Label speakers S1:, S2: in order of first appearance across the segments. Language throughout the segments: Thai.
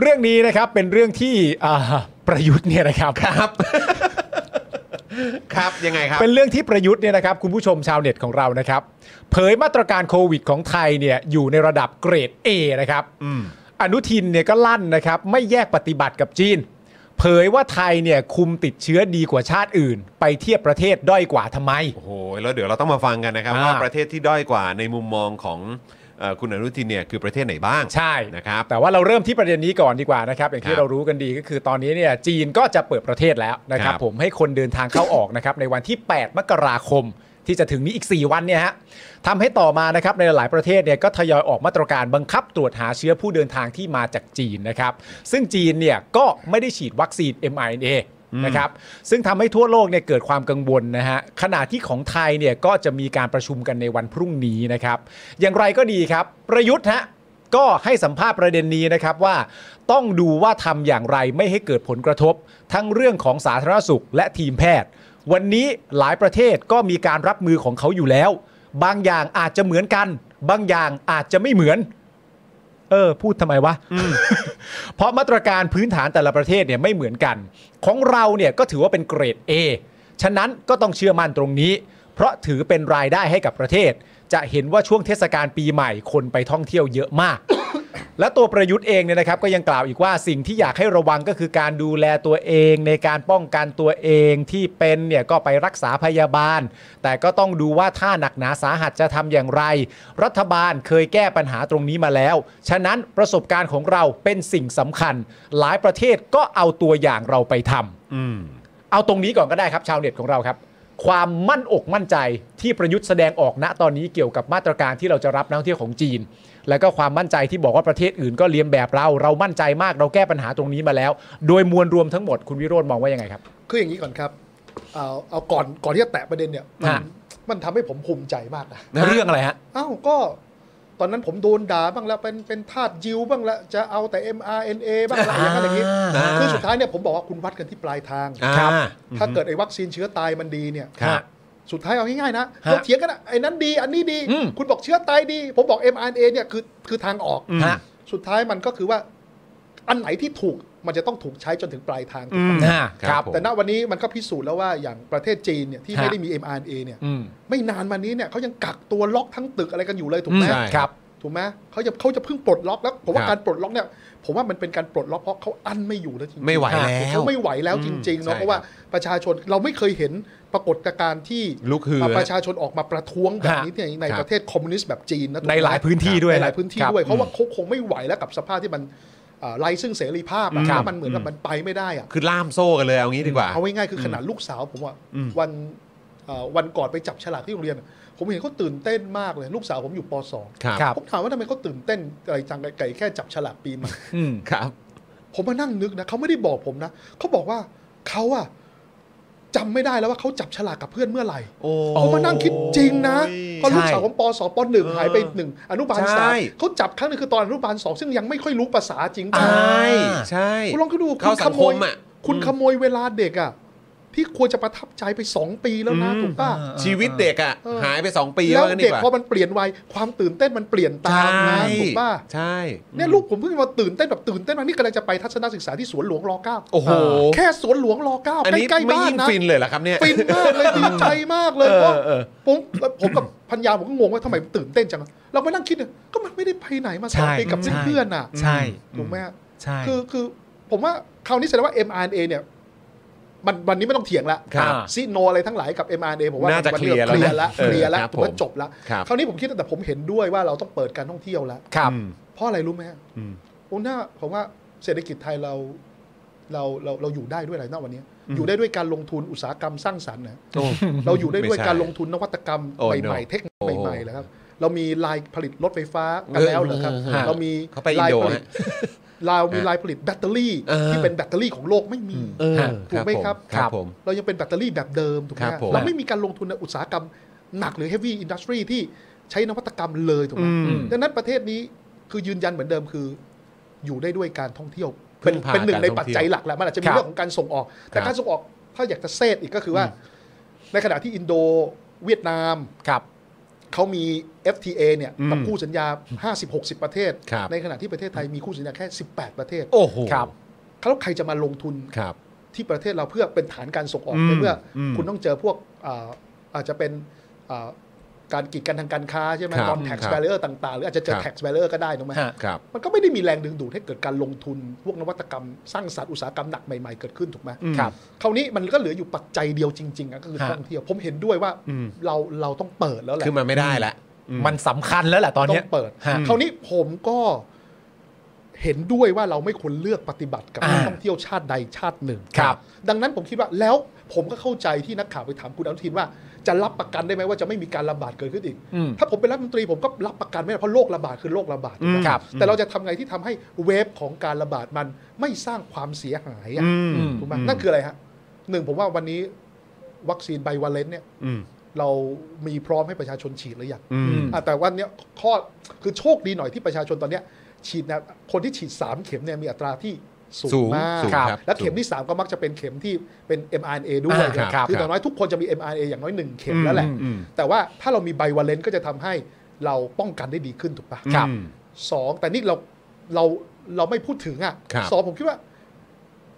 S1: เรื่องนี้นะครับเป็นเรื่องที่อ่าประยุทธ์เนี่ยนะครับ
S2: ครับ ครับยังไงครับ
S1: เป็นเรื่องที่ประยุทธ์เนี่ยนะครับคุณผู้ชมชาวเน็ตของเรานะครับ เผยมาตรการโควิดของไทยเนี่ยอยู่ในระดับเกรด A นะครับอนุทินเนี่ยก็ลั่นนะครับไม่แยกปฏิบัติกับจีน เผยว่าไทยเนี่ยคุมติดเชื้อดีกว่าชาติอื่น ไปเทียบประเทศด้อยกว่าทำไม
S2: โอ้โหแล้วเดี๋ยวเราต้องมาฟังกันนะครับ
S1: อ่า
S2: ว่าประเทศที่ด้อยกว่าในมุมมองของเอ่อคุณอนุทินเนี่ยคือประเทศไหนบ้าง
S1: ใช่
S2: นะครับ
S1: แต่ว่าเราเริ่มที่ประเด็นนี้ก่อนดีกว่านะครับ อย่าง
S2: ค
S1: ที่
S2: รับ
S1: เรารู้กันดีก็คือตอนนี้เนี่ยจีนก็จะเปิดประเทศแล้วนะครับ
S2: ครับ
S1: ผมให้คนเดินทางเข้าออกนะครับ ในวันที่ 8 มกราคมที่จะถึงนี้อีก 4 วันเนี่ยฮะทำให้ต่อมานะครับในหลายประเทศเนี่ยก็ทยอยออกมาตรการบังคับตรวจหาเชื้อผู้เดินทางที่มาจากจีนนะครับ ซึ่งจีนเนี่ยก็ไม่ได้ฉีดวัคซีน mRNA นะครับซึ่งทำให้ทั่วโลกเนี่ยเกิดความกังวลนะฮะขณะที่ของไทยเนี่ยก็จะมีการประชุมกันในวันพรุ่งนี้นะครับ อย่างไรก็ดีครับ ประยุทธ์ฮะ ก็ให้สัมภาษณ์ประเด็นนี้นะครับว่า ต้องดูว่าทำอย่างไรไม่ให้เกิดผลกระทบ ทั้งเรื่องของสาธารณสุขและทีมแพทย์ วันนี้หลายประเทศก็มีการรับมือของเขาอยู่แล้ว บางอย่างอาจจะเหมือนกัน บางอย่างอาจจะไม่เหมือน เออ พูดทำไมวะ เพราะมาตรการพื้นฐานแต่ละประเทศเนี่ยไม่เหมือนกัน ของเราเนี่ยก็ถือว่าเป็นเกรด A ฉะนั้นก็ต้องเชื่อมั่นตรงนี้ เพราะถือเป็นรายได้ให้กับประเทศ จะเห็นว่าช่วงเทศกาลปีใหม่คนไปท่องเที่ยวเยอะมาก และตัวประยุทธ์เองเนี่ยนะครับก็ยังกล่าวอีกว่าสิ่งที่อยากให้ระวังก็คือการดูแลตัวเองในการป้องกันตัวเองที่เป็นเนี่ยก็ไปรักษาพยาบาล แต่ก็ต้องดูว่าถ้าหนักหนาสาหัสจะทำอย่างไร รัฐบาลเคยแก้ปัญหาตรงนี้มาแล้ว ฉะนั้นประสบการณ์ของเราเป็นสิ่งสำคัญ หลายประเทศก็เอาตัวอย่างเราไปทำ
S2: อืม
S1: เอาตรงนี้ก่อนก็ได้ครับ ชาวเน็ตของเราครับ ความมั่นอกมั่นใจที่ประยุทธ์แสดงออกณตอนนี้เกี่ยวกับมาตรการที่เราจะรับนักท่องเที่ยวของจีน แล้วก็ความมั่นใจที่บอกว่าประเทศอื่นก็เลียนแบบเราเรามั่นใจมากเราแก้ปัญหาตรงนี้มาแล้ว โดยมวลรวมทั้งหมดคุณวิโรจน์มองว่ายังไงครับ
S3: คืออย่างนี้ก่อนครับ เอาเอาก่อนก่อนที่จะแตะประเด็นเนี่ย มัน
S1: ฮะ
S3: มันทำให้ผมภูมิใจมากนะ
S1: เรื่องอะไรฮะ
S3: อ้าวก็ ตอนนั้นผมโดนด่าบ้างแล้วเป็นเป็นทาสยิวบ้างแล้วจะเอาแต่ mRNA บ้างละอะไรอย่างนั้นอย่างนี้
S1: อ่า
S3: คือสุดท้ายเนี่ยผมบอกว่าคุณวัดกันที่ปลายทาง
S2: อ่า
S1: ครับ
S3: ถ้าเกิดไอ้วัคซีนเชื้อตายมันดีเนี่ย
S2: ครับ
S3: สุดท้ายเอาง่ายๆนะ
S1: ฮะ
S3: เราเถียงกันอะไอ้นั้นดี อันนี้ดี
S1: อืม
S3: คุณบอกเชื้อตายดี ผมบอก mRNA เนี่ยคือคือทางออก
S2: อืม
S1: ฮะ
S3: สุดท้ายมันก็คือว่า อันไหนที่ถูกมันจะต้องถูกใช้จนถึงปลายทาง
S2: อืม
S1: ฮะค
S2: ครั
S1: รับ
S2: บผม
S3: แต่ณวันนี้มันก็พิสูจน์แล้วว่าอย่างประเทศจีนเนี่ยที่
S1: ฮะ
S3: ไม่ได้มี mRNA เนี่ย
S1: อืม
S3: ไม่นานมานี้เนี่ยเขายังกักตัวล็อกทั้งตึกอะไรกันอยู่เลยถูกไหม
S2: อืมใช่
S1: ครับ
S3: ถูกไหมเขาจะเขาจะเพิ่งปลดล็อกแล้วผมว่า
S2: ครับ
S3: การปลดล็อกเนี่ยผมว่ามันเป็นการปลดล็อกเพราะเขาอั้นไม่อยู่แล้วจริงๆ
S2: ไม่ไหว
S1: อ่า
S2: แล้ว
S3: เขาไม่ไหวแล้ว
S2: อืม
S3: จริงๆเนาะ
S2: ใช่
S3: เพราะว่าประชาชนเราไม่เคยเห็นปรากฏการณ์ที่
S2: ลุกฮือ
S3: ประชาชนออกมาประท้วงแบบนี้เนี่ยใน
S2: ครับ
S3: ประเทศคอมมิวนิสต์แบบจีนนะ
S1: ในหลายพื้นที่ด้วย
S3: ในหลายพื้นที่ด้วย
S1: ครับ
S3: เพราะว่าเขาคงไม่ไหวแล้วกับสภาพที่มันเอ่อไร้ซึ่งเสรีภาพอะ
S1: ครับ
S3: แล้วมันเหมือนกับมันไปไม่ได้อะ
S2: คือล่ามโซ่กันเลยเอางี้ดีกว่า
S3: เอาง่ายๆคือขนาดลูกสาวผมว่าวันเอ่อวันก่อนไปจับฉลากที่โรงเรียนอะผมเห็นเขาตื่นเต้นมากเลยลูกสาวผมอยู่ป
S2: ครับ
S1: ครับ
S3: .2 ผมถามว่าทำไมเขาตื่นเต้นอะไรจังไก่แค่จับฉลากปีใหม่
S1: อืม
S2: ครับ
S3: ผมมานั่งนึกนะเขาไม่ได้บอกผมนะเขาบอกว่าเขาอะจำไม่ได้แล้วว่าเขาจับฉลากกับเพื่อนเมื่อไหร่
S2: โอ้
S3: ผมมานั่งคิดจริงนะเพราะลูกสาวผมปสองปหนึ่ง
S2: เออ
S3: หายไปหนึ่งอนุบาลสาม
S2: ใช่
S3: เขาจับครั้งหนึงคือตอนอนุบาลสองซึ่งยังไม่ค่อยรู้ภาษาจริง
S2: ใช
S3: จัง่
S2: ใช่
S3: คุณลองคิดดู
S2: เข้า
S3: คุณ
S2: สั
S3: ข
S2: ง
S3: โม
S2: ค
S3: ย
S2: มอ่ะ
S3: คุณขโมยเวลาเด็กอะที่ควรจะประทับใจไปสองปีแล้วนะ
S2: อืม
S3: ถูกป่ะ
S1: อ่า
S2: ชีวิตเด็กอ่ะ
S3: เออ
S2: หายไป 2 ปี
S3: แล้ว
S2: ว่างั้นดี
S3: เด็ก
S2: กว่า
S3: พอมันเปลี่ยนวัยความตื่นเต้นมันเปลี่ยนตามนะ
S2: ใช่
S3: ถูกป่ะ
S2: ใช่
S3: เนี่ยลูกผมเพิ่งมาตื่นเต้นแบบตื่นเต้นมากนี่กำลังจะไปทัศนศึกษาที่สวนหลวงรเก้า
S2: โอ้โห
S3: แค่สวนหลวงรอเก้า
S2: อัน
S3: ใกล้
S2: นี้
S3: ใกล้
S2: ไม่
S3: บ้าน
S2: ยิ่ง
S3: นะ
S2: ฟินเลยเหรอครับเนี่ย
S3: ฟินมากเลยดีใจมากเลย
S2: เออ
S3: เพราะ
S2: เออ
S3: ผมผมกับพัญญาผมก็งงว่าทำไมมันตื่นเต้นจังเราไปนั่งคิดเนี่ยก็มันไม่ได้ไปไหนมาสองปีกับ
S1: ใช่
S3: เพื่อนๆน่ะ
S1: ใช่
S3: ถูกไหมฮะ
S1: ใช่
S3: คือคือผมว่าคราวนี้แสดงว่า mRNA เนี่ยมันวันนี้ไม่ต้องเถียงละ
S2: ครับ
S3: ซีโนอะไรทั้งหลายกับ mRNA ผมว่า
S2: น่าจะ
S3: วั
S2: เคลียร์แล้วนะ
S3: ละ
S2: เออ
S3: เคลียร์ละ
S2: ครับ
S3: ถือว่า
S2: ผม
S3: จบละ
S2: ครับ
S3: คราวนี้ผมคิดแต่ผมเห็นด้วยว่าเราต้องเปิดการท่องเที่ยวละ
S1: ครับ
S2: อืม
S3: เพราะอะไรรู้ไหมฮะ
S2: อืม
S3: โอ้หน้าผมว่าเศรษฐกิจไทยเราเราเราเราอยู่ได้ด้วยอะไรนะวันนี้
S2: อืม
S3: อยู่ได้ด้วยการลงทุนอุตสาหกรรมสร้างสรรค์นะ
S2: โอ้
S3: เราอยู่ได้ด้วย
S2: ไม่ใช่
S3: การลงทุนนวัตกรรม
S2: โอ้ no
S3: ใหม่ๆเทคโนโลยีใหม่ๆแล้วครับ เรามีลายผลิตรถไฟฟ้ากันแล้วเหรอครับ
S2: เออเออเออ
S3: เรามี
S2: เขาไปอิน
S3: ลาย
S2: โด
S3: ผลิ
S2: ฮะ
S3: ตเรามีลายผลิตแบตเตอรี่
S2: เออ
S3: ที่เป็นแบตเตอรี่ของโลกไม่มี
S2: เออ
S3: ถูกไหมครับ
S2: ครับผม
S3: เรายังเป็นแบตเตอรี่แบบเดิมถูกไหม
S2: ครับ
S3: ฮะ
S2: ผม
S3: เราไม่มีการลงทุนในอุตสาหกรรมหนักหรือ heavy industry ที่ใช้นวัตกรรมเลยถูกไหม
S1: อืม
S3: ดังนั้นประเทศนี้คือยืนยันเหมือนเดิมคือ อยู่ได้ด้วยการท่องเที่ยว
S2: พึ่
S3: เป็น
S2: งพา
S3: เป็นหนึ่งใน
S2: การท่อง
S3: ปัจจัยหลักแหละมันอาจจะมี
S1: ครับ
S3: เรื่องของการส่งออก แต่
S2: ครับ
S3: การส่งออกถ้าอยากจะเซตอีกก็คือว่า
S2: อืม
S3: ในขณะที่อินโดเวียดนาม
S1: ครับ
S3: เข เขามี FTA เนี่ยกับคู่สัญญา 50-60 ประเทศ
S2: ครับ
S3: ในขณะที่ประเทศไทยมีคู่สัญญาแค่ 18 ประเทศ
S2: โอ้โห
S1: ครับ
S3: แล้วใครจะมาลงทุน
S2: ครับ
S3: ที่ประเทศเราเพื่อเป็นฐานการส่งออก
S2: อืม
S3: ในเมื่ออ
S2: ม
S3: คุณต้องเจอพวกอ่าอาจจะเป็นอ่าการกีดกันทางการค้าใช่ไหม
S2: ครับ
S3: ตอน tax
S2: ครับ
S3: barrier ต่างๆ หรืออาจจะเจอ
S2: ครับ
S3: tax barrier ก็ได้ถูกไหม
S1: ฮะ
S2: ครับ
S3: มันก็ไม่ได้มีแรงดึงดูดให้เกิดการลงทุน พวกนวัตกรรมสร้างสรรค์อุตสาหกรรมหนักใหม่ๆเกิดขึ้นถูกไหม
S2: อืม
S1: ครับ
S3: คราวนี้มันก็เหลืออยู่ปัจจัยเดียวจริงๆอะก็คือ
S1: ฮะ
S3: ท่องเที่ยว ผมเห็นด้วยว่า
S2: อืม
S3: เราเราต้องเปิดแล้วแหละ
S2: คือมันไม่ได้ละอื
S1: มันสำคัญแล้วแหละตอน
S3: ต้อ
S1: เนี้ย
S3: งเปิด
S1: ฮะ
S3: คราวนี้ผมก็เห็นด้วยว่าเราไม่ควรเลือกปฏิบัติกับ
S1: อ่า
S3: นักท่องเที่ยวชาติใดชาติหนึ่ง
S1: ครับ
S3: ดังนั้นผมคิดว่าแล้วผมก็เข้าใจที่นักข่าวไปถามคุณอนุทินว่า จะรับประกันได้ไหมว่าจะไม่มีการระบาดเกิดขึ้นอีก
S1: อืม
S3: ถ้าผมเป็นรัฐมนตรีผมก็รับประกันไม่ได้เพราะโรคระบาดคือโรคระบาด
S2: อืม
S1: ครับ
S3: แต่เราจะทำไงที่ทำให้เวฟของการระบาดมันไม่สร้างความเสียหายอะ
S2: อืม
S3: ถูกไหมนั่นคืออะไรฮะหนึ่งผมว่าวันนี้วัคซีนไบวาเลนต์เนี่ย
S2: ม
S3: เรามีพร้อมให้ประชาชนฉีดหรือยัง
S2: อืม
S3: อ่ะแต่วันเนี้ยข้อคือโชคดีหน่อยที่ประชาชนตอนเนี้ยฉีดนะคนที่ฉีด 3 เข็มเนี่ยมีอัตราที่สู
S2: สู
S3: ง
S2: ง
S3: มาก
S2: สูง
S3: ครับ
S2: ครับ
S3: และ
S2: สูง
S3: เข็มที่ 3 ก็มักจะเป็นเข็มที่เป็น mRNA ด้วย
S1: อ่า
S2: ครับ
S3: คืออย่างน้อยทุกคนจะมี mRNA อย่างน้อย 1 เข็มแล้วแหละ
S2: อืม
S3: แต่ว่าถ้าเรามีไบวาเลนต์ก็จะทำให้เราป้องกันได้ดีขึ้นถูกปะ
S2: อืม
S1: ครับ
S3: สองแต่นี่เราเราเราไม่พูดถึงอ่ะ
S2: ครับ
S3: สองผมคิดว่า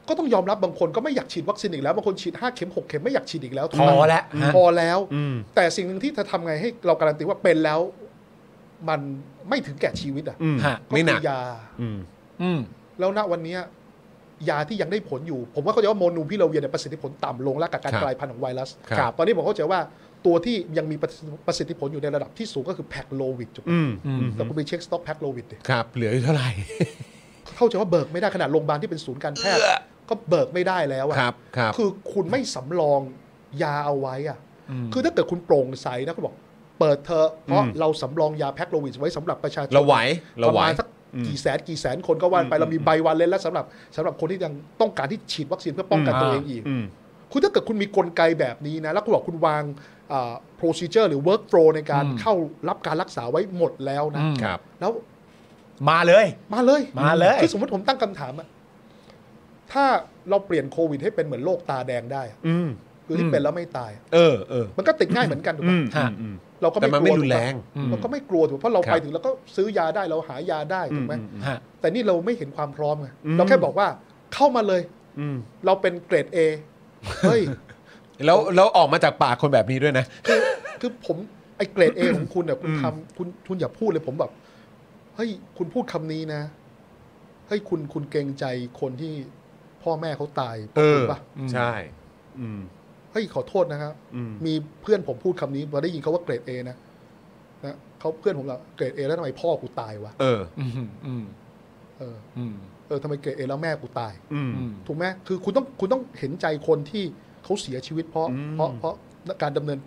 S3: ก็ต้องยอมรับบางคนก็ไม่อยากฉีดวัคซีนอีกแล้วบางคนฉีด5เข็ม6เข็มไม่อยากฉีดอีกแล้วถูก
S1: พ
S3: ไหม
S1: อแล้วฮะ
S3: พอแล้ว
S2: อืม
S3: แต่สิ่งหนึ่งที่จะทำไงให้เราการันตีว่าเป็นแล้ว มันไม่ถึงแก่ชีวิตอ่ะ
S2: อืม
S1: ฮะ
S2: ไม่หนัก
S3: คือยา
S2: อืม
S1: อืม
S3: แล้วณวันเนี้ยยาที่ยังได้ผลอยู่ ผมว่าเขาใจว่าโมนูพิลาเวียเนี่ยประสิทธิผลต่ำลงแล้วกับการ
S2: ครับ
S3: กลายพันธุ์ของไวรัส
S2: ครับ
S3: ตอนนี้ผมเข้าใจว่าตัวที่ยังมีประสิทธิผลอยู่ในระดับที่สูงก็คือแพคโลวิดจุกไหม
S2: อืม
S1: อืม
S3: แต่คุณไปเช็คสต็อกแพคโลวิดดิ
S2: ครับ เหลืออยู่เท่าไหร่
S3: เข้าใจว่าเบิกไม่ได้ขนาดโรงพยาบาลที่เป็นศูนย์การแพทย์ก็เบิกไม่ได้แล้วอะ
S2: ครับครับ
S3: คือคุณไม่สำรองยาเอาไว้อะ
S1: ม
S3: คือถ้าเกิดคุณโปร่งใสนะคุณบอก เปิดเธอะเพราะ
S2: อืม
S3: เราสำรองยาแพ็คโลวิดไว้สำหรับประชาชน
S2: เราไหว
S3: ป
S2: เรา
S3: ระ
S2: ไหว
S3: มาณสักกี่แสนกี่แสนคนก็ว่าไป
S2: อืม
S3: เรามีใบวันเลนแล้วสำหรับสำหรับคนที่ยังต้องการที่ฉีดวัคซีนเพื่อป้องกันตัวเองอีก
S2: อืม
S3: คุณถ้าเกิดคุณมีกลไกแบบนี้นะ แล้วคุณบอกคุณวางอ่า procedure หรือ workflow ในการ
S1: อืม
S3: เข้ารับการรักษาไว้หมดแล้วนะ
S1: อืม
S2: ครับ
S3: แล้ว
S1: มาเลย
S3: มาเลย
S1: มาเลย
S3: คือสมมติผมตั้งคำถามอะถ้าเราเปลี่ยนโควิดให้เป็นเหมือนโรคตาแดงได้อะ
S2: อืม
S3: คือที่เป็นแล้วไม่ตายอะ
S2: เออเออ
S3: มันก็ติดง่ายเหมือนกันถูกไหม
S2: อืมอืมอืม
S3: เราก็
S2: แต่มันไม่
S3: กลัว
S2: รุนแรง
S3: ถูกปะเราก็ไม่กลัวถูกปะเพราะเรา
S2: ครับ
S3: ไปถึงเราก็ซื้อยาได้เราหายาได้ถูกไหม
S1: ฮะ
S3: แต่นี่เราไม่เห็นความพร้อมไง
S2: อืม
S3: เราแค่บอกว่าเข้ามาเลย
S2: อืม
S3: เราเป็นเกรด A เฮ้ย
S2: แล้วแล้วออกมาจากปากคนแบบนี้ด้วยนะ
S3: คือคือผมไอ้เกรด A ของคุณเนี่ยคุณทำคุณคุณอย่าพูดเลยผมแบบเฮ้ยคุณพูดคำนี้นะเฮ้ยคุณคุณเกรงใจคนที่พ่อแม่เขาตาย
S2: เออ
S3: ถูกปะ
S2: ใช่ อืม
S3: เฮ้ยขอโทษนะครับ
S2: อืม
S3: มีเพื่อนผมพูดคำนี้มาได้ยินเขาว่าเกรด A นะนะเขาเพื่อนผมแบบเกรด A แล้วทำไมพ่อกูตายวะ
S2: เออ
S1: อืมอืม
S3: เออ
S1: อืม
S3: เออทำไมเกรด A แล้วแม่กูตาย
S2: อืม
S1: อืม
S3: ถูกไหมคือคุณต้องคุณต้องเห็นใจคนที่เขาเสียชีวิตเพราะ
S2: อืม
S3: เพราะเพราะการดำเนิน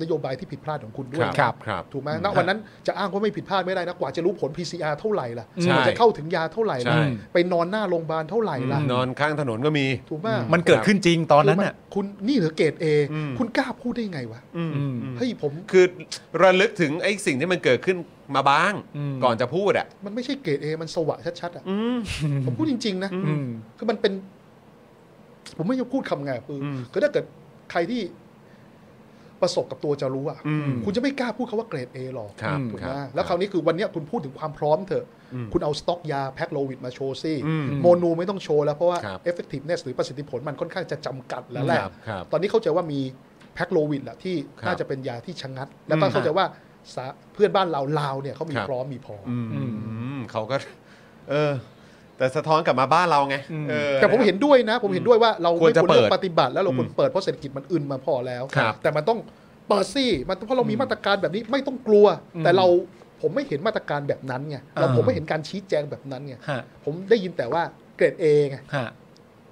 S3: นโยบายที่ผิดพลาดของคุณด้
S2: ค
S3: วย
S2: รับ
S3: นะ
S2: ครับครับ
S3: ถูกไหมณวันนั้นจะอ้างว่าไม่ผิดพลาดไม่ได้นะ กว่าจะรู้ผล PCR เท่าไหร่ล่ะ
S2: ใช่
S3: กว่าจะเข้าถึงยาเท่าไหร่
S2: ใช่
S3: ล่ะ ไปนอนหน้าโรงพยาบาลเท่าไหร่ล่ะ
S2: นอนข้างถนนก็มี
S3: ถูกไหม
S1: มันเกิดขึ้นจริงตอนนั้น
S3: คื
S1: อ่ะ
S3: คุณนี่เหรือเกรดเอ
S2: อืม
S3: คุณกล้าพูดได้ไงวะ
S2: อืม
S1: อืม
S3: เฮ้ยผม
S2: คือระลึกถึงไอ้สิ่งที่มันเกิดขึ้นมาบ้าง
S1: อืม
S2: ก่อนจะพูดอ่ะ
S3: มันไม่ใช่เกรดเอมันสวะชัดๆอ่ะ
S2: อืม
S3: ผมพูดจริง ๆ นะ
S1: อืม
S3: คือมันเป็น ผมไม่อยากพูดคำไงคืออ
S2: ม
S3: คือถ้าเกิดใครที่ประสบกับตัวจะรู้อ่ะ
S2: อืม
S3: คุณจะไม่กล้าพูดคาว่าเกรดเอหรอก
S2: ครับ
S3: ถูก
S2: ค
S3: ไห
S2: รั
S3: ม
S2: บ
S3: แล้วคราวนี้คือวันเนี้ยคุณพูดถึงความพร้อมเถอะ
S2: อืม
S3: คุณเอาสต็อกยาแพ็คโลวิดมาโชว์สิ
S2: อืม
S3: โมนูไม่ต้องโชว์แล้ว เพราะว่า
S2: ครับ
S3: effectiveness หรือประสิทธิผลมันค่อนข้างจะจำกัดแล้ว
S2: ค
S3: แหละ
S2: รับครับ
S3: ตอนนี้เข้าใจว่ามีแพ็คโลวิดแหละที่
S2: ครับ
S3: น่าจะเป็นยาที่ชะงัด แล้วก็
S2: อืม
S3: เข้าใจว่าสาเพื่อนบ้านเราลาวเนี่ยเขามี
S2: ครับ
S3: พร้อมมีพออ
S2: อืม
S1: อืม
S2: อืมเขาก็ เออ แต่สะท้อนกลับมาบ้านเราไง
S1: อืม
S2: เออ
S3: แต่ผมเห็นด้วยนะ ผมเห็นด้วยว่าเรา
S2: ควรจะ
S3: ไม่ลือก
S2: เปิด
S3: ปฏิบัติแล้วเราควรเปิดเพราะเศรษฐกิจมันอึนมาพอแล้ว
S2: ครับ
S3: แต่มันต้องเปิดสิมันเพราะเรามีมาตรการแบบนี้ไม่ต้องกลัว
S1: อืม
S3: แต่เราผมไม่เห็นมาตรการแบบนั้นไงเรา
S1: อ่า
S3: ผมไม่เห็นการชี้แจงแบบนั้นไง
S1: ฮะ
S3: ผมได้ยินแต่ว่าเกรดเอไง
S1: ฮะ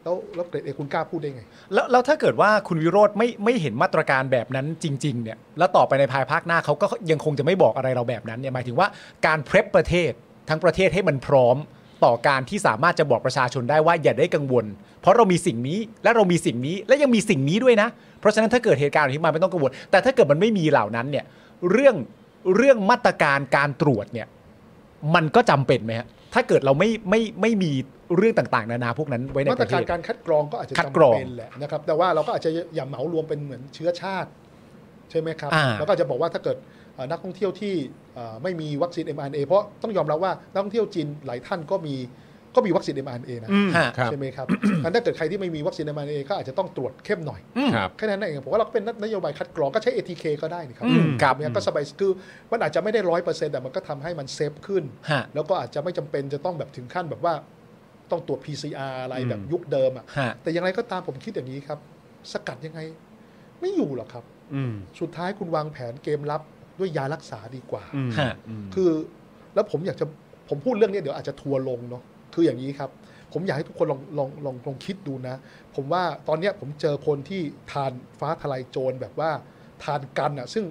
S3: แล้วแล้วเกรดเอคุณกล้าพูดได้ไง
S1: แล้วแล้วถ้าเกิดว่าคุณวิโรธไม่ไม่เห็นมาตรการแบบนั้นจริง ๆ เนี่ย แล้วต่อไปในภายภาคหน้าเขาก็ยังคงจะไม่บอกอะไรเราแบบนั้นเนี่ยหมายถึงว่าการเพรพประเทศทั้งประเทศให้มันพร้อม ต่อการที่สามารถจะบอกประชาชนได้ว่าอย่าได้กังวล เพราะเรามีสิ่งนี้และเรามีสิ่งนี้และยังมีสิ่งนี้ด้วยนะ เพราะฉะนั้นถ้าเกิดเหตุการณ์แบบนี้มาไม่ต้องกังวล แต่ถ้าเกิดมันไม่มีเหล่านั้นเนี่ยเรื่องเรื่องมาตรการการตรวจเนี่ย มันก็จำเป็นไหมฮะถ้าเกิดเราไม่ไม่ไม่มีเรื่องต่างๆ นานาพวกนั้นไว้ใน
S3: มา
S1: ป
S3: ต
S1: ระ
S3: ร
S1: เท
S3: การ
S1: ศ
S3: การคัดกรองก็อาจจะ
S1: คัดกรอง
S3: จำเป็นแหละนะครับ แต่ว่าเราก็อาจจะอย่าเหมารวมเป็นเหมือนเชื้อชาติ ใช่ไหมครับ
S1: อ่า
S3: แล้วก็จะบอกว่าถ้าเกิด เอ่อนักท่องเที่ยวที่เอ่อไม่มีวัคซีน mRNA เพราะต้องยอมรับว่านักท่องเที่ยวจีนหลายท่านก็มีก็มีวัคซีน mRNA นะ
S2: อืม
S1: ฮะ
S2: ครับ
S3: ใช่ไหมครับ อันถ้าเกิดใครที่ไม่มีวัคซีน mRNA ก็อาจจะต้องตรวจเข้มหน่อย
S2: ครับ
S3: แค่นั้นเองผมว่าเราก็เป็นนโยบายคัดกรองก็ใช้ ATK ก็ได้นี่ครั
S1: อืมครับ
S3: เนี่ยก็สบายคือมันอาจจะไม่ได้ร้อยเปอร์เซ็นต์แต่มันก็ทำให้มันเซฟขึ้น
S1: ฮะ
S3: แล้วก็อาจจะไม่จำเป็นจะต้องแบบถึงขั้นแบบว่าต้องตรวจ PCR อะไร
S2: อืม
S3: แบบยุคเดิมอะ
S1: ฮะ
S3: แต่อย่างไรก็ตามผมคิดอย่างนี้ครับ สกัดยังไง ไม่อยู่หรอกครับ
S2: อืม
S3: สุดท้ายคุณวางแผนเกมรับด้วยยารักษาดีกว่า
S2: อืม
S1: ฮะ
S2: อืม
S3: คือแล้วผมอยากจะผมพูดเรื่องนี้เดี๋ยวอาจจะทัวร์ลงเนาะคืออย่างนี้ครับ ผมอยากให้ทุกคนลองลองลองลองคิดดูนะ ผมว่าตอนเนี้ยผมเจอคนที่ทานฟ้าทลายโจรแบบว่าทานกันอ่ะซึ่ง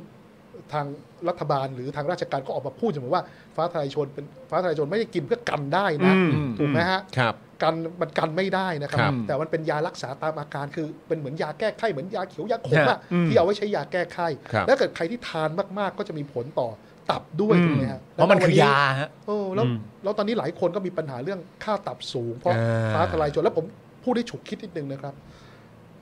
S3: ทางรัฐบาลหรือทางราชการก็ออกมาพูดอย่างว่าฟ้าทลายโจรเป็นฟ้าทลายโจรไม่ได้กินเพื่อกันได้นะ
S2: อื
S3: ถูกไหมฮะ
S2: ครับ
S3: กันมันกันไม่ได้นะครั
S2: ครับ บ
S3: แต่มันเป็นยารักษาตามอาการคือเป็นเหมือนยาแก้ไข้เหมือนยาเขียวยาขม
S1: ฮะ
S3: อะ
S2: อืม
S3: ที่เอาไว้ใช้ยาแก้ไข้
S2: ครับ
S3: แล้วเกิดใครที่ทานมากๆ ก็จะมีผลต่อตับด้วย
S2: อืม
S3: ถูกไหมฮะ
S1: เพราะมัน
S3: แล้ว
S1: คื
S3: วั
S1: อยาฮะ
S3: เออแล้ว
S2: อืม
S3: แล้วตอนนี้หลายคนก็มีปัญหาเรื่องค่าตับสูง เพราะ
S2: อ่า
S3: ฟ้าทลายโจรแล้วผมพูดได้ฉุกคิดนิดนึงนะครับ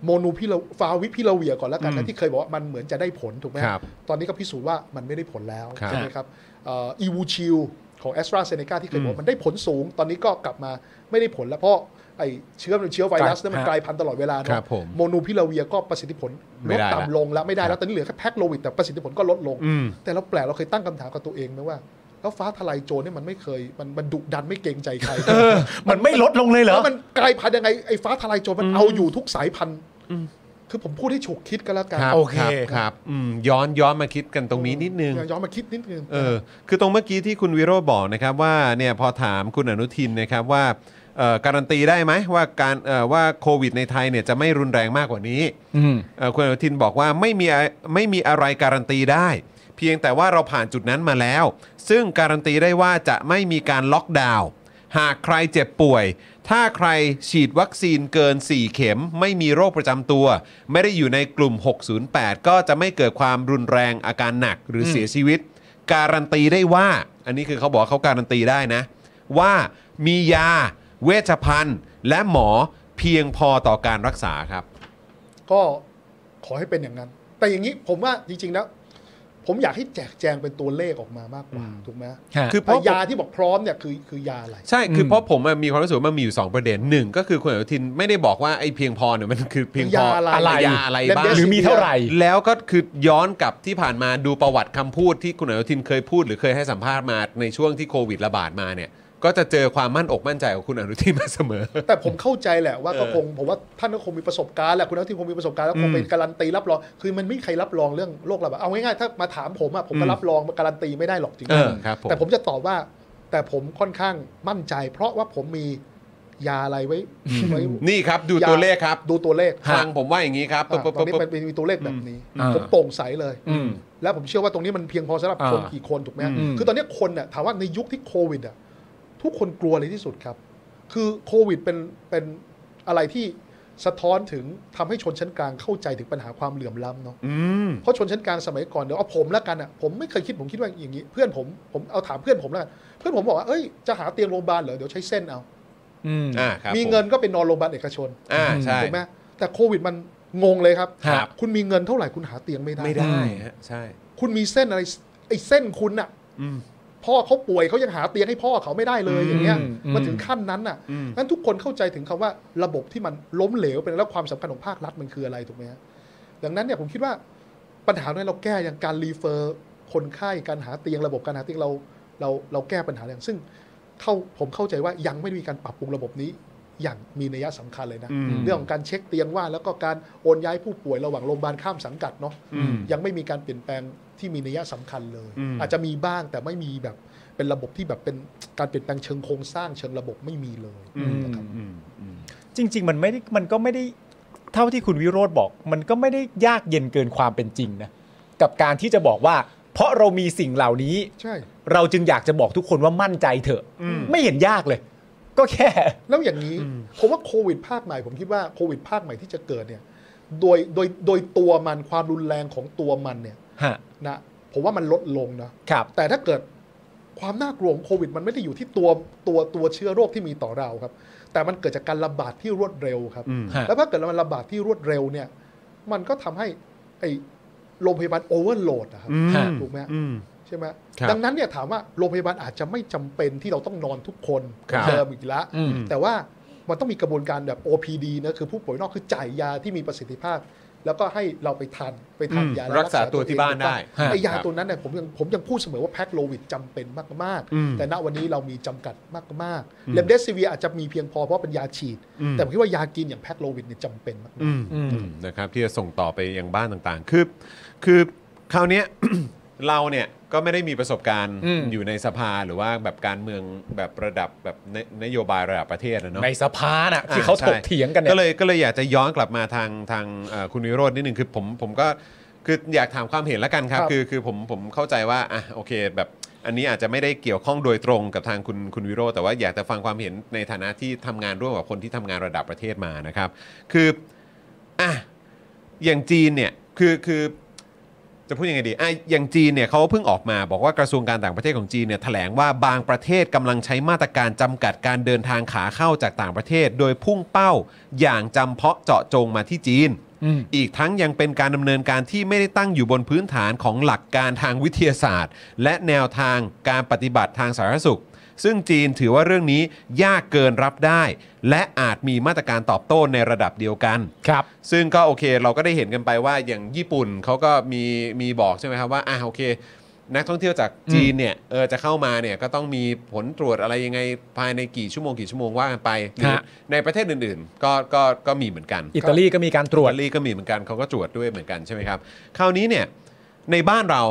S3: โมนูพิลาฟาวิพิลาเวียก่อนแล้วกันนะที่เคยบอกว่ามันเหมือนจะได้ผลถูกไหม
S2: ค
S3: ฮะ
S2: รับ
S3: ตอนนี้ก็พิสูจน์ว่ามันไม่ได้ผลแล้ว
S2: ครับ
S3: ใช่ไหมครับเอีวูชิลของแอสตราเซเนกาที่เคยบอกว่ามันได้ผลสูง ตอนนี้ก็กลับมาไม่ได้ผลแล้วเพราะไอเชื้อมันเชื้อไวรั
S1: ค
S3: ส
S1: รับ
S3: เนี่ยมันกลายพันธุ์ตลอดเวลาเน
S2: ค
S3: อะ
S2: รับผม
S3: โมนูพิลาเวียก็ประสิทธิผล
S2: ไม่
S3: ลด
S2: ได้ละ
S3: ต่ำลงแล้วไม่ได้
S2: ครับ
S3: แล้วตอนนี้เหลือแค่แพ็กโลวิดแต่ประสิทธิผลก็ลดลง
S2: อืม
S3: แต่เราแปลกเราเคยตั้งคำถามกับตัวเองไหมว่า แล้วฟ้าทลายโจรเนี่ยมันไม่เคยมันมันดุดันไม่เกรงใจใคร
S1: มันไม่ลดลงเลยเหรอ
S3: แล้วมันกลายพันธุ์ยังไงไอ้ฟ้าทลายโจรมันเอาอยู่ทุกสายพันธุ์คือผมพูดให้ฉุกคิดก็แล้วกัน
S2: รับ
S1: โอเค
S2: รับครับอืมย้อนย้อนมาคิดกันตรงนี้นิดนึง
S3: ย้อนมาคิดนิดนึง
S2: เออ คือตรงเมื่อกี้ที่คุณวิโรจน์บอกนะครับว่าเนี่ยพอถามคุณอนุทินนะครับว่าเอ่อการันตีได้ไหมว่าการเอ่อว่าโควิดในไทยเนี่ยจะไม่รุนแรงมากกว่านี้
S1: อืม
S2: เอ่อคุณอนุทินบอกว่าไม่มีอะไม่มีอะไรการันตีได้ เพียงแต่ว่าเราผ่านจุดนั้นมาแล้ว ซึ่งการันตีได้ว่าจะไม่มีการล็อกดาวน์หากใครเจ็บป่วย ถ้าใครฉีดวัคซีนเกิน 4 เข็ม ไม่มีโรคประจำตัว ไม่ได้อยู่ในกลุ่ม 608 ก็จะไม่เกิดความรุนแรงอาการหนักหรืออ
S1: ม
S2: เสียชีวิต การันตีได้ว่า อันนี้คือเขาบอกว่าเขาการันตีได้นะ ว่ามียา เวชภัณฑ์ และหมอเพียงพอต่อการรักษาครับ
S3: ก็ขอให้เป็นอย่างนั้น แต่อย่างนี้ผมว่าจริงๆแล้วผมอยากให้แจกแจงเป็นตัวเลขออกมามากกว่า
S2: อืม
S3: ถูกไหม
S1: ฮะ
S2: คือเพราะ
S3: ยาที่บอกพร้อมเนี่ยคือคือยาอะไร
S2: ใช่ คืออ
S1: ม
S2: เพราะผมอะมีความรู้สึกว่ามันมีอยู่ 2 ประเด็นหนึ่งก็คือคุณอนุทินไม่ได้บอกว่าไอ้เพียงพอเนี่ยมันคือเพียงพอย
S3: าอะไร
S2: อะไรยาอะไรบ้าง
S1: หรือมีเท่าไหร่
S2: แล้วก็คือย้อนกลับที่ผ่านมาดูประวัติคำพูดที่คุณอนุทินเคยพูดหรือเคยให้สัมภาษณ์มาในช่วงที่โควิดระบาดมาเนี่ย ก็จะเจอความมั่นอกมั่นใจของคุณอนุทินมาเสมอ
S3: แต่ผมเข้าใจแหละว่าก็
S2: เออ
S3: คงผมว่าท่านก็คงมีประสบการณ์แหละคุณนักที่คงมีประสบการณ์แล้ว
S2: อืม
S3: คงเป็นการันตีรับรองคือมันไม่มีใครรับรองเรื่องโรคระบาดเอาง่ายๆถ้ามาถามผมอะผมก็
S2: อืม
S3: รับรองมาการันตีไม่ได้หรอกจริงๆ
S2: เออครับผม
S3: แต่ผมจะตอบว่า แต่ผมค่อนข้างมั่นใจ เพราะว่าผมมียาอะไรไว้ไว้
S2: นี่ครับดูตัวเลขครับ
S3: ดูตัวเลข
S2: ทางผมว่าอย่างนี้ครับ
S3: อ่า
S2: ปึ๊บปึ๊บ
S3: ตอน
S2: ปึ๊บ
S3: นี้
S2: ปึ๊บ
S3: มันมีตัวเลขแบบนี้
S1: อืม
S3: ผมโปร่งใสเลย
S1: อืม
S3: แล้วผมเชื่อว่าตรงนี้มันเพียงพอสำหรับ
S1: อ่า
S3: คนกี่คนถูกไหมฮะ
S1: อืม
S3: คือตอนนี้คนเนี่ยถามว่าในยุคที่โควิดอ่ะทุกคนกลัวเลยที่สุดครับ คือโควิดเป็นเป็นอะไรที่สะท้อนถึงทำให้ชนชั้นกลางเข้าใจถึงปัญหาความเหลื่อมล้ำเนาะ
S2: อืม
S3: เพราะชนชั้นกลางสมัยก่อนเดี๋ยวเอาผมแล้วกันอ่ะผมไม่เคยคิดผมคิดว่าอย่างนี้ เพื่อนผมผมเอาถามเพื่อนผมแล้วกันเพื่อนผมบอกว่าเอ้ยจะหาเตียงโรงพยาบาลเหรอเดี๋ยวใช้เส้นเอา
S1: อืม
S2: อ่าครับ
S3: มี
S2: ผ
S3: เงินก็ไปนอนโรงพยาบาลเอกชน
S2: อ่าใช่
S3: ถูกไหมแต่โควิดมันงงเลยครับ
S1: ครับ
S3: คุณมีเงินเท่าไหร่คุณหาเตียงไม่ได้
S2: ไม่ได้ฮะใช่
S3: คุณมีเส้นอะไรไอ้เส้นคุณอ่ะ
S2: อืม
S3: พ่อเขาป่วยเขายังหาเตียงให้พ่อเขาไม่ได้เลย
S2: อืม
S3: อย่างเงี้ย
S1: อืม
S3: มันถึงขั้นนั้นน่ะ
S2: อืม
S3: นั้นทุกคนเข้าใจถึงคำว่าระบบที่มันล้มเหลวเป็นแล้วความสำคัญของภาครัฐมันคืออะไรถูกไหมฮะดังนั้นเนี่ยผมคิดว่าปัญหาเนี่ยเราแก้อย่างการรีเฟอร์คนไข้การหาเตียงระบบการหาเตียงเราเราเราแก้ปัญหาอย่างซึ่งเข้าผมเข้าใจว่ายังไม่ได้มีการปรับปรุงระบบนี้ อย่างมีนัยสำคัญเลยนะ
S2: อืม
S3: เรื่องของการเช็คเตียงว่างแล้วก็การโอนย้ายผู้ป่วยระหว่างโรงพยาบาลข้ามสังกัดเนาะ
S2: อืม
S3: ยังไม่มีการเปลี่ยนแปลงที่มีนัยสำคัญเลย
S2: อืม
S3: อาจจะมีบ้างแต่ไม่มีแบบเป็นระบบที่แบบเป็นการเปลี่ยนแปลงเชิงโครงสร้างเชิงระบบไม่มีเลย
S2: อืม
S3: นะครับ
S2: อืมอืม
S1: จริง ๆ มันไม่ได้มันก็ไม่ได้เท่าที่คุณวิโรธบอก มันก็ไม่ได้ยากเย็นเกินความเป็นจริงนะ กับการที่จะบอกว่า เพราะเรามีสิ่งเหล่านี้
S3: ใช่
S1: เราจึงอยากจะบอกทุกคนว่ามั่นใจเถอะ
S2: อืม
S1: ไม่เห็นยากเลย ก็แค่
S3: แล้วอย่างนี้ผมว่าโควิดภาคใหม่ผมคิดว่าโควิดภาคใหม่ที่จะเกิดเนี่ยโดยโดยโดยตัวมันความรุนแรงของตัวมันเนี่ย
S1: ฮะ
S3: นะผมว่ามันลดลงนะครับ แต่ถ้าเกิดความน่ากลัวของโควิด มันไม่ได้อยู่ที่ตัวตัวตัวเชื้อโรคที่มีต่อเราครับ แต่มันเกิดจากการระบาดที่รวดเร็วครับ
S2: อืม
S1: ฮะ
S3: แล้วถ้าเกิดมันระบาดที่รวดเร็วเนี่ย มันก็ทำให้ไอ้ โรงพยาบาลโอเวอร์โหลดนะครับ
S2: อืม
S3: ถูกไหมฮะ
S2: อืม
S3: ใช่ไหม
S2: ครับ
S3: ดังนั้นเนี่ยถามว่าโรงพยาบาลอาจจะไม่จำเป็นที่เราต้องนอนทุกคน
S1: ครับ
S3: เดิมอีกละ
S1: อืม
S3: แต่ว่ามันต้องมีกระบวนการแบบ OPD นะคือผู้ป่วยนอกคือจ่ายยาที่มีประสิทธิภาพ แล้วก็ให้เราไปทานไปทาน
S2: อืม
S3: ยา
S2: รั
S3: และ
S2: กษาตัวที่บ้านได้
S3: ถูกต้องไอ้ยา
S2: ครับ
S3: ตัวนั้นเนี่ยผมยังผมยังพูดเสมอว่าแพ็คโลวิดจำเป็นมาก
S2: อืม
S3: ๆ แต่ณวันนี้เรามีจำกัดมาก
S2: อืม
S3: ๆเลมเดสซีเวียอาจจะมีเพียงพอเพราะเป็นยาฉีด
S2: อืม
S3: แต่ผมคิดว่ายากินอย่างแพ็คโลวิดเนี่ยจำเป็นมาก
S2: อืม
S1: อืม
S2: นะครับที่จะส่งต่อไปยังบ้านต่างๆ คือ คือคราวเนี้ย เราเนี่ยก็ไม่ได้มีประสบการณ์
S1: อืม
S2: อยู่ในสภาหรือว่าแบบการเมืองแบบระดับแบบนนโยบายระดับประเทศนะเนาะ
S1: ในสภาน่ะที่เขา
S2: อ่ใช่
S1: ถกเถียงกันเนี่ย
S2: ก็เลยก็เลยอยากจะย้อนกลับมาทางทางเอ่อคุณวิโรจน์นิดนึงคือผมผมก็คืออยากถามความเห็นละกันครับ คือคือผมผมเข้าใจว่าอ่ะโอเคแบบอันนี้อาจจะไม่ได้เกี่ยวข้องโดยตรงกับทางคุณคุณวิโรจน์แต่ว่าอยากจะฟังความเห็นในฐานะที่ทำงานร่วมกับคนที่ทำงานระดับประเทศมานะครับ คืออ่ะอย่างจีนเนี่ยคือคือ จะพูดยังไงดีอ่ะอย่างจีนเนี่ยเขาเพิ่งออกมาบอกว่ากระทรวงการต่างประเทศของจีนเนี่ยแถลงว่าบางประเทศกำลังใช้มาตรการจำกัดการเดินทางขาเข้าจากต่างประเทศ โดยพุ่งเป้าอย่างจำเพาะเจาะจงมาที่จีน
S1: อืม
S2: อีกทั้งยังเป็นการดำเนินการที่ไม่ได้ตั้งอยู่บนพื้นฐานของหลักการทางวิทยาศาสตร์ และแนวทางการปฏิบัติทางสาธารณสุข ซึ่งจีนถือว่าเรื่องนี้ยากเกินรับได้ และอาจมีมาตรการตอบโต้ในระดับเดียวกัน
S1: ครับ
S2: ซึ่งก็โอเคเราก็ได้เห็นกันไปว่าอย่างญี่ปุ่นเขาก็มีมีบอกใช่ไหมครับว่าอ่ะโอเค นักท่องเที่ยวจากจีนเนี่ยเออจะเข้ามาเนี่ยก็ต้องมีผลตรวจอะไรยังไงภายในกี่ชั่วโมงกี่ชั่วโมงว่ากันไปหรือ
S1: ฮะ
S2: ในประเทศอื่นๆ ก็ก็ก็มีเหมือนกัน
S1: อิตาลีก็มีการตรวจ
S2: อิตาลีก็มีเหมือนกันเขาก็ตรวจด้วยเหมือนกันใช่ไหมครับ คราวนี้เนี่ยในบ้านเรา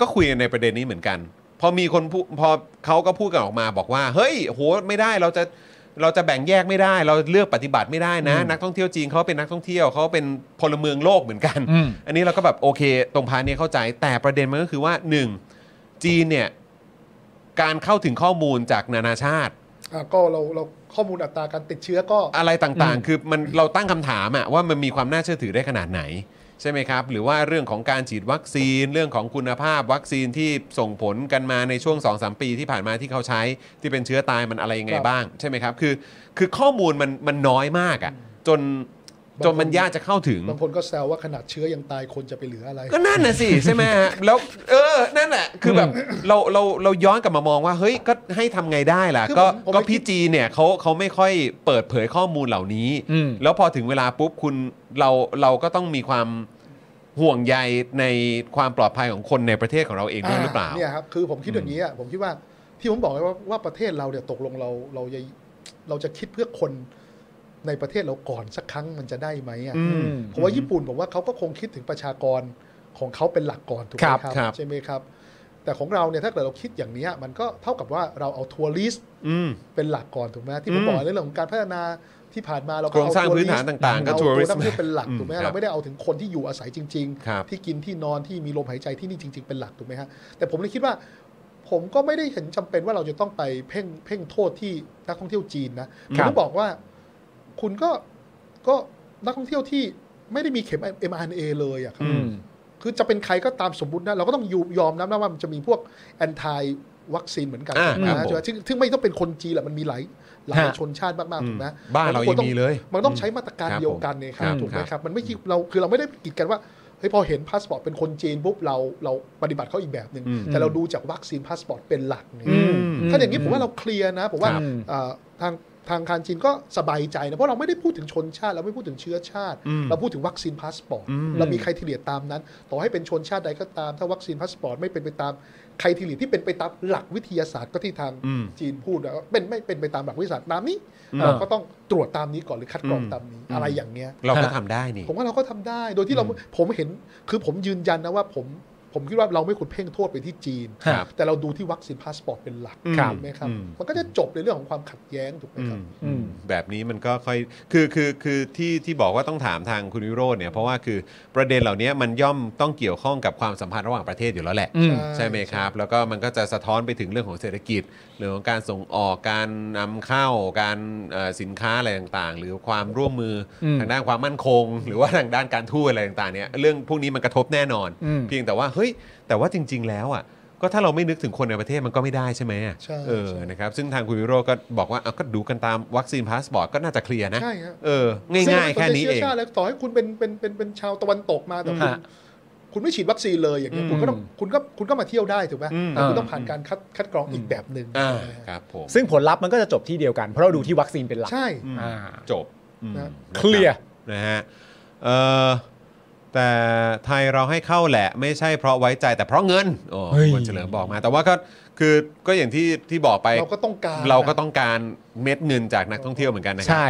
S2: ก็คุยกันในประเด็นนี้เหมือนกัน พอมีคนพูดพอเขาก็พูดกันออกมาบอกว่า เฮ้ยโหไม่ได้เราจะเราจะแบ่งแยกไม่ได้ เราเลือกปฏิบัติไม่ได้นะ
S1: อืม
S2: นักท่องเที่ยวจีนเขาเป็นนักท่องเที่ยวเขาเป็นพลเมืองโลกเหมือนกัน
S1: อืม
S2: อันนี้เราก็แบบโอเค ตรงพาร์ทนี้เข้าใจ แต่ประเด็นมันก็คือว่าหนึ่งจีนเนี่ยการเข้าถึงข้อมูลจากนานาชาติ
S3: อ่ะก็เราเราข้อมูลอัตราการติดเชื้อก็
S2: อะไรต่าง
S1: อืม
S2: ๆ คือมันเราตั้งคำถามอะว่ามันมีความน่าเชื่อถือได้ขนาดไหน ใช่ไหมครับ หรือว่าเรื่องของการฉีดวัคซีน เรื่องของคุณภาพวัคซีนที่ส่งผลกันมาในช่วง 2-3สามปีที่ผ่านมาที่เขาใช้ที่เป็นเชื้อตายมันอะไรยังไง
S3: ครับ
S2: บ้าง ใช่ไหมครับ คือคือข้อมูลมันมันน้อยมากอะจน
S3: บางคน
S2: จนมันยากจะเข้าถึง
S3: บางคนก็แซวว่าขนาดเชื้อยังตายคนจะไปเหลืออะไร
S2: ก็นั่นน่ะ สิใช่ไหมฮะแล้วเออนั่นแหละคือแบบเราเราเราย้อนกลับมามองว่าเฮ้ยก็ให้ทำไงได้ล่ะ
S3: คือ
S2: ก็
S3: ผมผม
S2: ก็
S3: ไม่คิด
S2: พี่จีนเนี่ยเขาเขาไม่ค่อยเปิดเผยข้อมูลเหล่านี้
S1: อืม
S2: แล้วพอถึงเวลาปุ๊บคุณเราเราก็ต้องมีความห่วงใยในความปลอดภัยของคนในประเทศของเราเองด้วยหรือเปล่า
S3: เนี่ยครับคือผมคิดอย่างนี้อะผมคิดว่าที่ผมบอกไว้ว่าว่าประเทศเราเนี่ยตกลงเราเราจะเราจะคิดเพื่อคนในประเทศเราก่อนสักครั้งมันจะได้ไหมอะ
S2: อืม
S3: เพราะว่าญี่ปุ่นผมว่าเขาก็คงคิดถึงประชากรของเขาเป็นหลักก่อนถูกไหม
S1: ครับ
S3: ครับ
S2: ครับ
S3: ใช่ไหมครับ แต่ของเราเนี่ยถ้าเกิดเราคิดอย่างเนี้ยมันก็เท่ากับว่าเราเอาทัวริสต์
S2: อืม
S3: เป็นหลักก่อนถูกไหมที่ผ
S2: อื
S3: ม
S2: ม
S3: บอกในเรื่องของการพัฒนาที่ผ่านมาเราก็
S2: โครง
S3: เอา
S2: สร้าง
S3: ทัว
S2: พื้
S3: ริ
S2: น
S3: ส
S2: ฐาน
S3: ต์
S2: ต่างๆก็
S3: เอา
S2: ทั
S3: ตัว ว
S2: ริ
S3: นั
S2: สต์
S3: กท่องเที่ยวเป็นหลักถูกไหม
S2: อืมค
S3: เรา
S2: รับ
S3: ไม่ได้เอาถึงคนที่อยู่อาศัยจริง ๆ
S2: ครับ
S3: ที่กินที่นอนที่มีลมหายใจที่นี่จริง ๆ เป็นหลักถูกไหมฮะแต่ผมเลยคิดว่า ผมก็ไม่ได้เห็นจำเป็นว่าเราจะต้องไปเพ่งเพ่งโทษที่นักท่องเที่ยวจีนนะผม
S1: ครับ
S3: ต้องบอกว่า คุณก็ก็นักท่องเที่ยวที่ไม่ได้มีเข็ม mRNA เลยอะครับ
S2: อืม
S3: คือจะเป็นใครก็ตามสมบูรณ์นะเราก็ต้องยูยอมรับนะว่ามันจะมีพวกแอนตี้วัคซีนเหมือนกัน
S2: อ่า
S3: นะครับ
S2: ผม
S3: ใช่ไหมซึ่งซึ่งไม่ต้องเป็นคนจีนแหละมันมีหลายหลาย
S1: ฮะ
S3: ชนชาติมากๆถูกไหม
S2: บ้านเรายังมีเลย
S3: มันต้องใช้มาตรการ
S2: ครับ
S3: เดียวกันเนี่ยค
S2: ครั
S3: รับบ ถูกไหม
S2: ครับ
S3: ครับมันไม่คิดเราคือเราไม่ได้กีดกันว่าเฮ้ยพอเห็นพาสปอร์ตเป็นคนจีนปุ๊บเราเราปฏิบัติเขาอีกแบบหนึ่ง
S2: อืม
S3: แต่เราดูจากวัคซีนพาสปอร์ตเป็นหลักเนี่ย
S1: อืม
S3: ถ้าอย่างนี้ผมว่าเราเคลียร์นะผมว่า
S2: ครับ
S3: เอ่อทางทางการจีนก็สบายใจนะเพราะเราไม่ได้พูดถึงชนชาติเราไม่พูดถึงเชื้อชาติ เราพูดถึงวัคซีนพาสปอร์ตเรามีใครทีเลียตามนั้น ต่อให้เป็นชนชาติใดก็ตาม ถ้าวัคซีนพาสปอร์ตไม่เป็นไปตามใครทีเลียที่เป็นไปตามหลักวิทยาศาสตร์ก็ที่ทาง
S2: อืม
S3: จีนพูดนะว่าเป็นไม่เป็นไปตามหลักวิทยาศาสตร์ตามนี้
S1: อืม
S3: เราก็ต้องตรวจตามนี้ก่อนหรือคัดกรอง
S2: อืม
S3: ตามนี้ อะไรอย่างเงี้ย
S2: เราก็ทำได้นี่
S3: ผมว่าเราก็ทำได้โดยที่เราผมเห็นคือผมยืนยันนะว่าผมผมคิดว่าเราไม่ควรเพ่งโทษไปที่จีน
S1: ครับ
S3: แต่เราดูที่วัคซีนพาสปอร์ตเป็นหลัก
S1: ครับ
S3: ถูกไหมครับ
S2: อืม
S3: มันก็จะจบในเรื่องของความขัดแย้งถูกไหมครับ
S1: อืม
S2: แบบนี้มันก็ค่อยคือคือคือที่ที่บอกว่าต้องถามทางคุณวิโรจน์เนี่ยเพราะว่าคือประเด็นเหล่านี้มันย่อมต้องเกี่ยวข้องกับความสัมพันธ์ระหว่างประเทศอยู่แล้วแหละ
S1: อืม
S2: ใช่ไหมครับ แล้วก็มันก็จะสะท้อนไปถึงเรื่องของเศรษฐกิจเรื่องของการส่งออกการนำเข้าการเอ่อสินค้าอะไรต่างๆ หรือความร่วมมืออ
S1: ม
S2: ทางด้านความมั่นคง หรือว่าทางด้านการทูตอะไรต่างๆเนี่ยเรื่องพวกนี้มันกระทบแน่นอน
S1: อืม
S2: เพียงแต่ว่าเฮ้ยแต่ว่าจริง ๆ แล้วอ่ะก็ถ้าเราไม่นึกถึงคนในประเทศมันก็ไม่ได้ใช่ไหมอะ
S3: ใช่
S2: เออ
S3: ใช่
S2: นะครับซึ่งทางคุณวิโรจน์ก็บอกว่าเอาก็ดูกันตามวัคซีนพาสปอร์ตก็น่าจะเคลียร์นะ
S3: ใช่ฮะ
S2: เออ ง่ายๆแค่นี้
S3: ซึ่
S2: เอง
S3: มัป็ชื้ชาติแล้วต่อให้คุณเป็นเป็นเป็นเป็นชาวตะวันตกมาแต่คุณ
S1: ฮะ
S3: คุณไม่ฉีดวัคซีนเลยอย่างเงี้ย
S2: อืม
S3: คุณก็ต้องคุณก็คุณก็มาเที่ยวได้ถูกไหม
S2: อืม
S3: แต่คุณต้องผ่านการคัดคัดกรองอีกแบบหนึ่ง
S2: อ่า
S3: ใช่ไหม
S2: ครับผม
S1: ซึ่งผลลัพธ์มันก็จะจบที่เดียวกัน เพราะเราดูที่วัคซีนเป็นหลัก
S3: ใช่
S2: อืม
S1: อ่า
S2: จบอืม
S3: นะ
S2: นะบ
S1: เคลียร์
S2: นะฮะเอ่อแต่ไทยเราให้เข้าแหละ ไม่ใช่เพราะไว้ใจแต่เพราะเงินโอ้
S1: เฮ้ย
S2: คุณเฉลิมบอกมา แต่ว่าก็คือก็อย่างที่ที่บอกไป
S3: เราก็ต้องการ
S2: เราก็ต้องการเม็ดเงินจากนักท่องเที่ยวเหมือนกันนะครั
S1: ใช่